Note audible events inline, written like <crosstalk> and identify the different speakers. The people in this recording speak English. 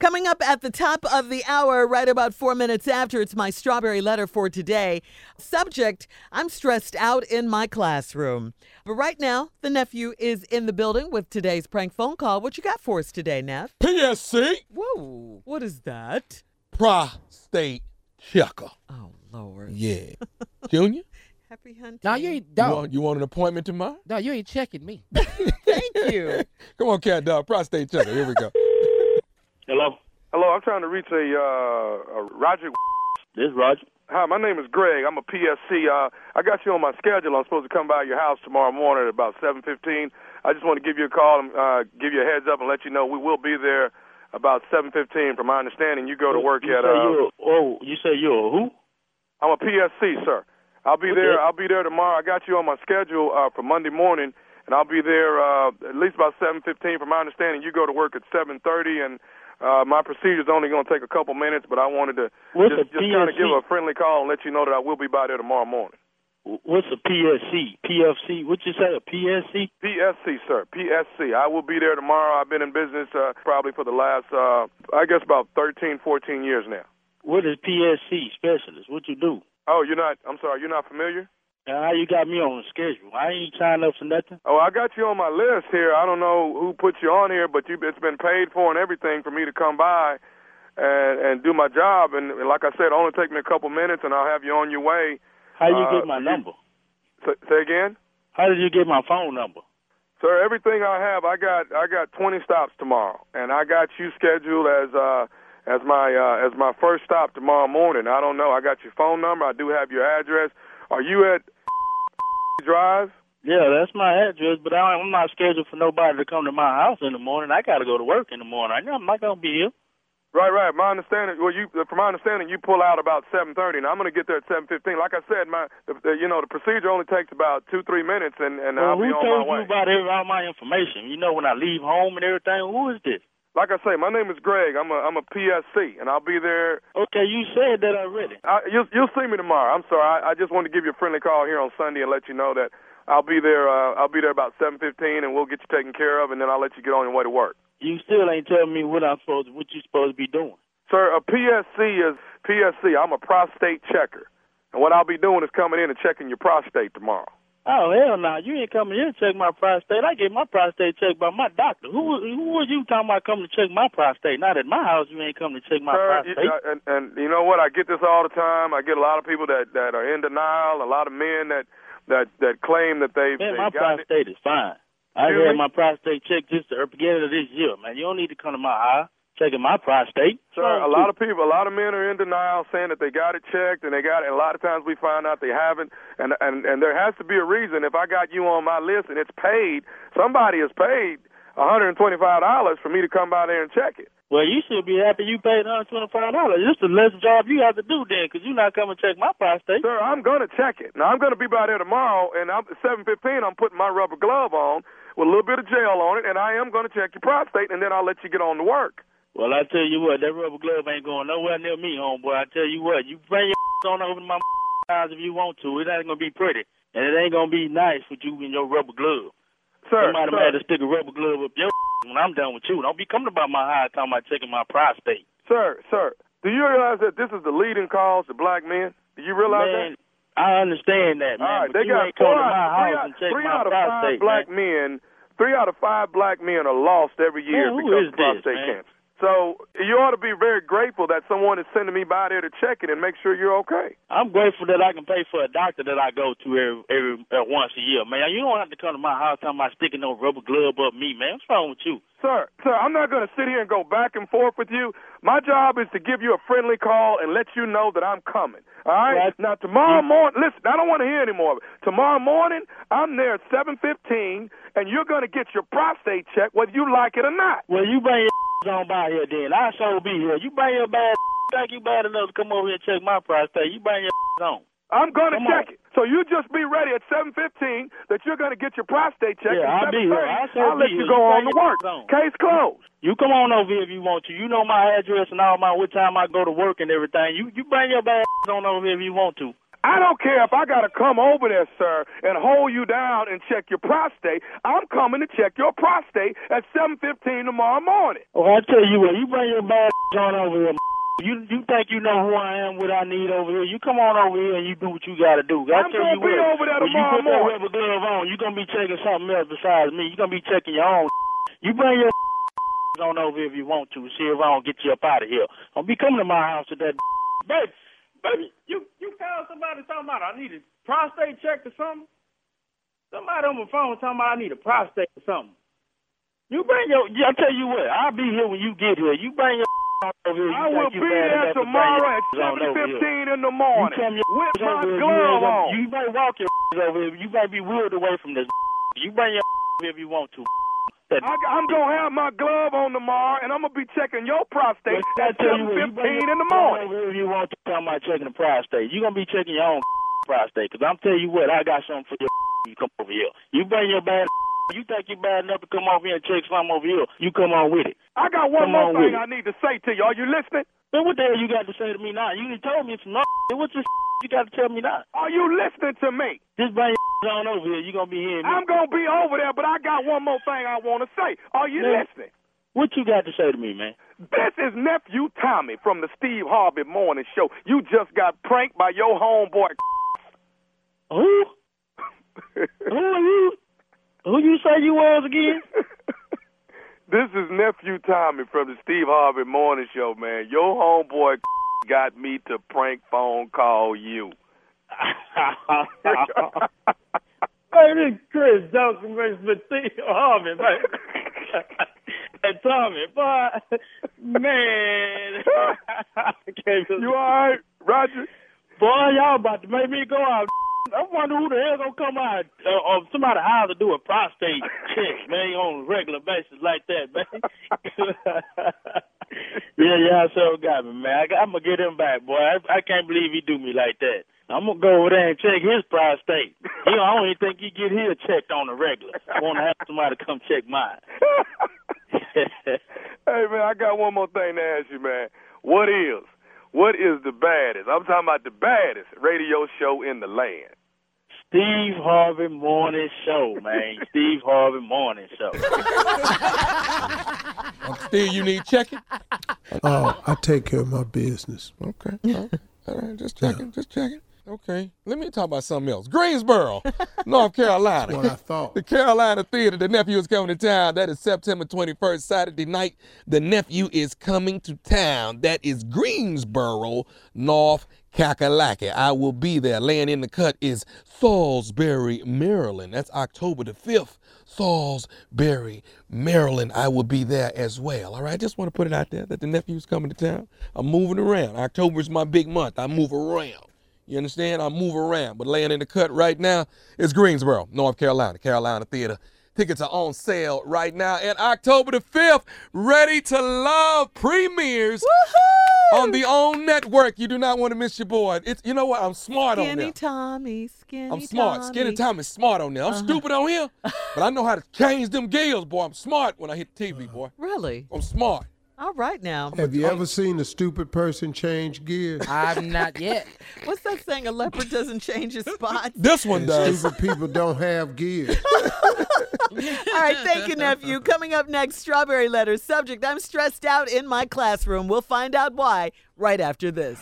Speaker 1: Coming up at the top of the hour, right about four minutes after, it's my strawberry letter for today. Subject I'm stressed out in my classroom. But right now, the nephew is in the building with today's prank phone call. What you got for us today, Neff?
Speaker 2: PSC
Speaker 1: Whoa, what is that?
Speaker 2: prostate checker.
Speaker 1: Oh, Lord.
Speaker 2: Yeah. <laughs> Junior,
Speaker 1: Happy hunting.
Speaker 3: No, you ain't
Speaker 2: you
Speaker 3: dog.
Speaker 2: want, you want an appointment tomorrow?
Speaker 3: No, you ain't checking me.
Speaker 1: Thank you. <laughs>
Speaker 2: Come on, cat dog, prostate checker. Here we go.
Speaker 4: Hello.
Speaker 5: Hello, I'm trying to reach a, uh, a Roger.
Speaker 4: This is Roger.
Speaker 5: Hi, my name is Greg. I'm a PSC. Uh, I got you on my schedule. I'm supposed to come by your house tomorrow morning at about 7:15. I just want to give you a call and uh, give you a heads up and let you know we will be there about 7:15. From my understanding, you go to work
Speaker 4: you
Speaker 5: at.
Speaker 4: say
Speaker 5: Uh,
Speaker 4: you're, oh, you say you're a who?
Speaker 5: I'm a PSC, sir. I'll be there. I'll be there tomorrow. I got you on my schedule uh, for Monday morning, and I'll be there uh, at least about 7:15. From my understanding, you go to work at 7:30, and uh, my procedure's only going to take a couple minutes. But I wanted to
Speaker 4: What's
Speaker 5: just,
Speaker 4: a
Speaker 5: just kind of
Speaker 4: PSC?
Speaker 5: give a friendly call and let you know that I will be by there tomorrow morning.
Speaker 4: What's a PSC? PFC? What you say? A PSC?
Speaker 5: PSC, sir. PSC. I will be there tomorrow. I've been in business uh, probably for the last, uh, I guess, about 13, 14 years now.
Speaker 4: What is PSC specialist? What you do?
Speaker 5: Oh, you're not. I'm sorry. You're not familiar.
Speaker 4: Now, how you got me on the schedule? I ain't signed up for nothing.
Speaker 5: Oh, I got you on my list here. I don't know who put you on here, but you it's been paid for and everything for me to come by and and do my job. And, and like I said, it'll only take me a couple minutes, and I'll have you on your way.
Speaker 4: How you
Speaker 5: Uh,
Speaker 4: get my
Speaker 5: you-
Speaker 4: number?
Speaker 5: S- say again,
Speaker 4: How did you get my phone number?
Speaker 5: sir. Everything I have, I got I got 20 stops tomorrow, and I got you scheduled as uh as my uh, as my first stop tomorrow morning. I don't know. I got your phone number. I do have your address. Are you at <laughs> Drive?
Speaker 4: Yeah, that's my address, but I, I'm not scheduled for nobody to come to my house in the morning. I got to go to work in the morning. I know I'm not gonna be here.
Speaker 5: Right, right. My understanding, well, you from my understanding, you pull out about seven thirty, and I'm going to get there at seven fifteen. Like I said, my the, the, you know the procedure only takes about two three minutes, and and
Speaker 4: Well,
Speaker 5: I'll be
Speaker 4: who
Speaker 5: on
Speaker 4: told
Speaker 5: my way.
Speaker 4: you about every, all my information? You know, when I leave home and everything. Who is this?
Speaker 5: like I say, my name is Greg. I'm a I'm a PSC, and I'll be there.
Speaker 4: Okay, you said that already.
Speaker 5: I, you'll you'll see me tomorrow. I'm sorry. I, I just wanted to give you a friendly call here on Sunday and let you know that I'll be there. Uh, I'll be there about seven fifteen, and we'll get you taken care of, and then I'll let you get on your way to work.
Speaker 4: You still ain't telling me what I'm supposed, what you supposed to be doing.
Speaker 5: Sir, a PSC is PSC. I'm a prostate checker, and what I'll be doing is coming in and checking your prostate tomorrow.
Speaker 4: Oh hell no! You ain't coming here to check my prostate. I get my prostate checked by my doctor. Who who was you talking about coming to check my prostate? Not at my house. You ain't coming to check my
Speaker 5: Sir, you,
Speaker 4: prostate.
Speaker 5: uh, and, and you know what? I get this all the time. I get a lot of people that that are in denial. A lot of men that that that claim that they've,
Speaker 4: Man,
Speaker 5: they've
Speaker 4: my
Speaker 5: gotten it.
Speaker 4: prostate is fine. I
Speaker 5: Really?
Speaker 4: had my prostate checked just at the beginning of this year, man. You don't need to come to my house checking my prostate.
Speaker 5: Sir, a lot of people, a lot of men are in denial, saying that they got it checked and they got it. And a lot of times we find out they haven't, and and and there has to be a reason. If I got you on my list and it's paid, somebody has paid one hundred and twenty-five dollars for me to come by there and check it.
Speaker 4: Well, you should be happy you paid $125. This is the less job you have to do then, 'cause you're not coming to check my prostate.
Speaker 5: Sir, I'm gonna check it. Now I'm gonna be by there tomorrow, and I'm at 7:15. I'm putting my rubber glove on with a little bit of gel on it, and I am gonna check your prostate, and then I'll let you get on to work.
Speaker 4: Well, I tell you what, that rubber glove ain't going nowhere near me, homeboy. I tell you what, you bring your <laughs> on over to my house if you want to. It ain't going to be pretty. And it ain't going to be nice with you and your rubber glove.
Speaker 5: Sir,
Speaker 4: Somebody
Speaker 5: sir,
Speaker 4: might have to stick a rubber glove up your <laughs> when I'm done with you. Don't be coming about my house talking about checking my prostate.
Speaker 5: sir, sir, do you realize that this is the leading cause to black men? Do you realize
Speaker 4: man,
Speaker 5: that?
Speaker 4: I understand that, man.
Speaker 5: All right,
Speaker 4: but
Speaker 5: they
Speaker 4: you
Speaker 5: got
Speaker 4: ain't
Speaker 5: four
Speaker 4: coming to my
Speaker 5: out, three,
Speaker 4: house
Speaker 5: out,
Speaker 4: and checking
Speaker 5: three
Speaker 4: my
Speaker 5: out of
Speaker 4: prostate,
Speaker 5: five black
Speaker 4: man.
Speaker 5: men. Three out of five black men are lost every year
Speaker 4: Man, who
Speaker 5: because
Speaker 4: is
Speaker 5: of
Speaker 4: this,
Speaker 5: prostate
Speaker 4: man?
Speaker 5: cancer. So you ought to be very grateful that someone is sending me by there to check it and make sure you're okay.
Speaker 4: I'm grateful that I can pay for a doctor that I go to every every uh, once a year, man. You don't have to come to my house talking about sticking no rubber glove up me, man. What's wrong with you?
Speaker 5: Sir, sir, I'm not going to sit here and go back and forth with you. My job is to give you a friendly call and let you know that I'm coming. All right. Mm.
Speaker 4: Right.
Speaker 5: Now tomorrow morning, listen, I don't want to hear any more of it. Tomorrow morning, I'm there at 7:15, and you're going to get your prostate check whether you like it or not.
Speaker 4: Well, you bring your <laughs> on by here then. I sure be here. You bring your bad <laughs> think you bad enough to come over here and check my prostate. You bring your <laughs> on.
Speaker 5: I'm going to
Speaker 4: Come
Speaker 5: check
Speaker 4: on.
Speaker 5: it. So you just be ready at 7:15 that you're going to get your prostate check.
Speaker 4: Yeah, I'll
Speaker 5: at
Speaker 4: be
Speaker 5: 7:30.
Speaker 4: here. I shall
Speaker 5: I'll let
Speaker 4: be
Speaker 5: you
Speaker 4: here.
Speaker 5: go
Speaker 4: You
Speaker 5: on
Speaker 4: bring
Speaker 5: to
Speaker 4: your
Speaker 5: work.
Speaker 4: on.
Speaker 5: Case closed.
Speaker 4: You come on over here if you want to. You know <laughs> my address and all my what time I go to work and everything. You you bring your bad on over here if you want to.
Speaker 5: I don't care if I got to come over there, sir, and hold you down and check your prostate. I'm coming to check your prostate at 7:15 tomorrow morning.
Speaker 4: Well, Oh, I tell you what, you bring your bad <laughs> on over here. You you think you know who I am, what I need over here? You come on over here and you do what you gotta do. I
Speaker 5: I'm
Speaker 4: tell
Speaker 5: gonna
Speaker 4: you
Speaker 5: be
Speaker 4: what,
Speaker 5: over there
Speaker 4: when you
Speaker 5: tomorrow
Speaker 4: put that
Speaker 5: morning.
Speaker 4: rubber glove on, you gonna be checking something else besides me. you gonna be checking your own. <laughs> You bring your <laughs> on over here if you want to. See if I don't get you up out of here. I'll be coming to my house with that. <laughs>
Speaker 3: Baby, baby, you you called somebody talking about I need a prostate check or something. Somebody on the phone talking about I need a prostate or something.
Speaker 4: You bring your. I tell you what, I'll be here when you get here. You bring your <laughs> over here. You
Speaker 5: I
Speaker 4: think
Speaker 5: will
Speaker 4: you
Speaker 5: be
Speaker 4: bad
Speaker 5: there
Speaker 4: enough to bring
Speaker 5: tomorrow
Speaker 4: your
Speaker 5: at
Speaker 4: on over here.
Speaker 5: 7:15 in the
Speaker 4: You
Speaker 5: morning
Speaker 4: come your
Speaker 5: with
Speaker 4: over
Speaker 5: my
Speaker 4: here, you ain't
Speaker 5: glove
Speaker 4: gonna-
Speaker 5: on.
Speaker 4: You might walk your <laughs> over here. You might be wheeled away from this. <laughs> You bring your over here if you want to. That <laughs>
Speaker 5: I, I'm gonna have my glove on tomorrow, and I'm gonna be checking your prostate
Speaker 4: I
Speaker 5: at
Speaker 4: tell you what, you
Speaker 5: 7:15
Speaker 4: bring
Speaker 5: in the
Speaker 4: your
Speaker 5: morning.
Speaker 4: <laughs> over here if you want to talk about checking the prostate, you're gonna be checking your own <laughs> prostate. Cause I'm telling you what, I got something <laughs> for you. You come over here. You bring your bad. <laughs> You think you bad enough to come over here and check something over here? You come on with it.
Speaker 5: I got one
Speaker 4: Come on
Speaker 5: more thing
Speaker 4: with it.
Speaker 5: I need to say to you. Are you listening?
Speaker 4: Then what the hell you got to say to me now? You done told me some. <laughs> other- What's this you got to tell me now?
Speaker 5: Are you listening to me?
Speaker 4: Just bring your <laughs> on over here. You gonna be hearing me.
Speaker 5: I'm gonna be over there, but I got one more thing I want to say. Are you
Speaker 4: Yeah.
Speaker 5: listening?
Speaker 4: What you got to say to me, man?
Speaker 5: This is nephew Tommy from the Steve Harvey Morning Show. You just got pranked by your homeboy. <laughs>
Speaker 4: Who? Who are you? Who you say you was
Speaker 3: <laughs>
Speaker 4: again?
Speaker 5: this is nephew Tommy from the Steve Harvey Morning Show, man. Your homeboy got me to prank phone call you. <laughs>
Speaker 3: Hey, this is Chris Johnson makes me think of it, man. <laughs> Hey, Tommy, boy, man, <laughs> I can't believe-
Speaker 5: you all right, Roger? <laughs>
Speaker 3: boy, y'all about to make me go out. I wonder who the hell gonna come out uh, of somebody's house to do a prostate check, man, on a regular basis like that, man. yeah, yeah, so got me, man. I, I'm gonna get him back, boy. I, I can't believe he do me like that. I'm gonna go over there and check his prostate. He, I don't even think he get his checked on the regular. I want to have somebody come check mine. <laughs>
Speaker 5: hey man, I got one more thing to ask you, man. What is what is the baddest? I'm talking about the baddest radio show in the land.
Speaker 3: Steve Harvey Morning Show, man. Steve Harvey Morning Show.
Speaker 2: Still, you need checking?
Speaker 6: Oh, I take care of my business.
Speaker 2: <laughs> Okay. All right. All right. Just checking. Just checking. Okay. Let me talk about something else. <laughs> Greensboro, North Carolina.
Speaker 6: What I thought.
Speaker 2: The Carolina Theater, The Nephew is Coming to Town. That is September 21st, Saturday night. The Nephew is Coming to Town. That is Greensboro, North Kakalaki. I will be there. Laying in the cut is Salisbury, Maryland. That's October the 5th. Salisbury, Maryland. I will be there as well. All right, I just want to put it out there that The Nephew is Coming to Town. I'm moving around. October is my big month. I move around. You understand? I move around, but laying in the cut right now is Greensboro, North Carolina, Carolina Theater. Tickets are on sale right now. And October the 5th, Ready to Love premieres on the OWN network. You do not want to miss your boy. It's you know what? I'm smart on
Speaker 1: Skinny
Speaker 2: there.
Speaker 1: Tommy, Uh-huh. Skinny
Speaker 2: I'm smart.
Speaker 1: Tommy.
Speaker 2: Skinny Tom is smart on there. I'm stupid on here, but I know how to change them gills, boy. I'm smart when I hit the TV, boy.
Speaker 1: Really?
Speaker 2: I'm smart.
Speaker 1: All right now.
Speaker 6: Have you ever seen a stupid person change gears?
Speaker 7: I'm not yet.
Speaker 1: What's that saying? A leopard doesn't change <laughs> his spots.
Speaker 2: This one
Speaker 6: And
Speaker 2: does.
Speaker 6: stupid people don't have gears.
Speaker 1: All right, thank you, nephew. Coming up next, strawberry letters. Subject I'm stressed out in my classroom. We'll find out why right after this.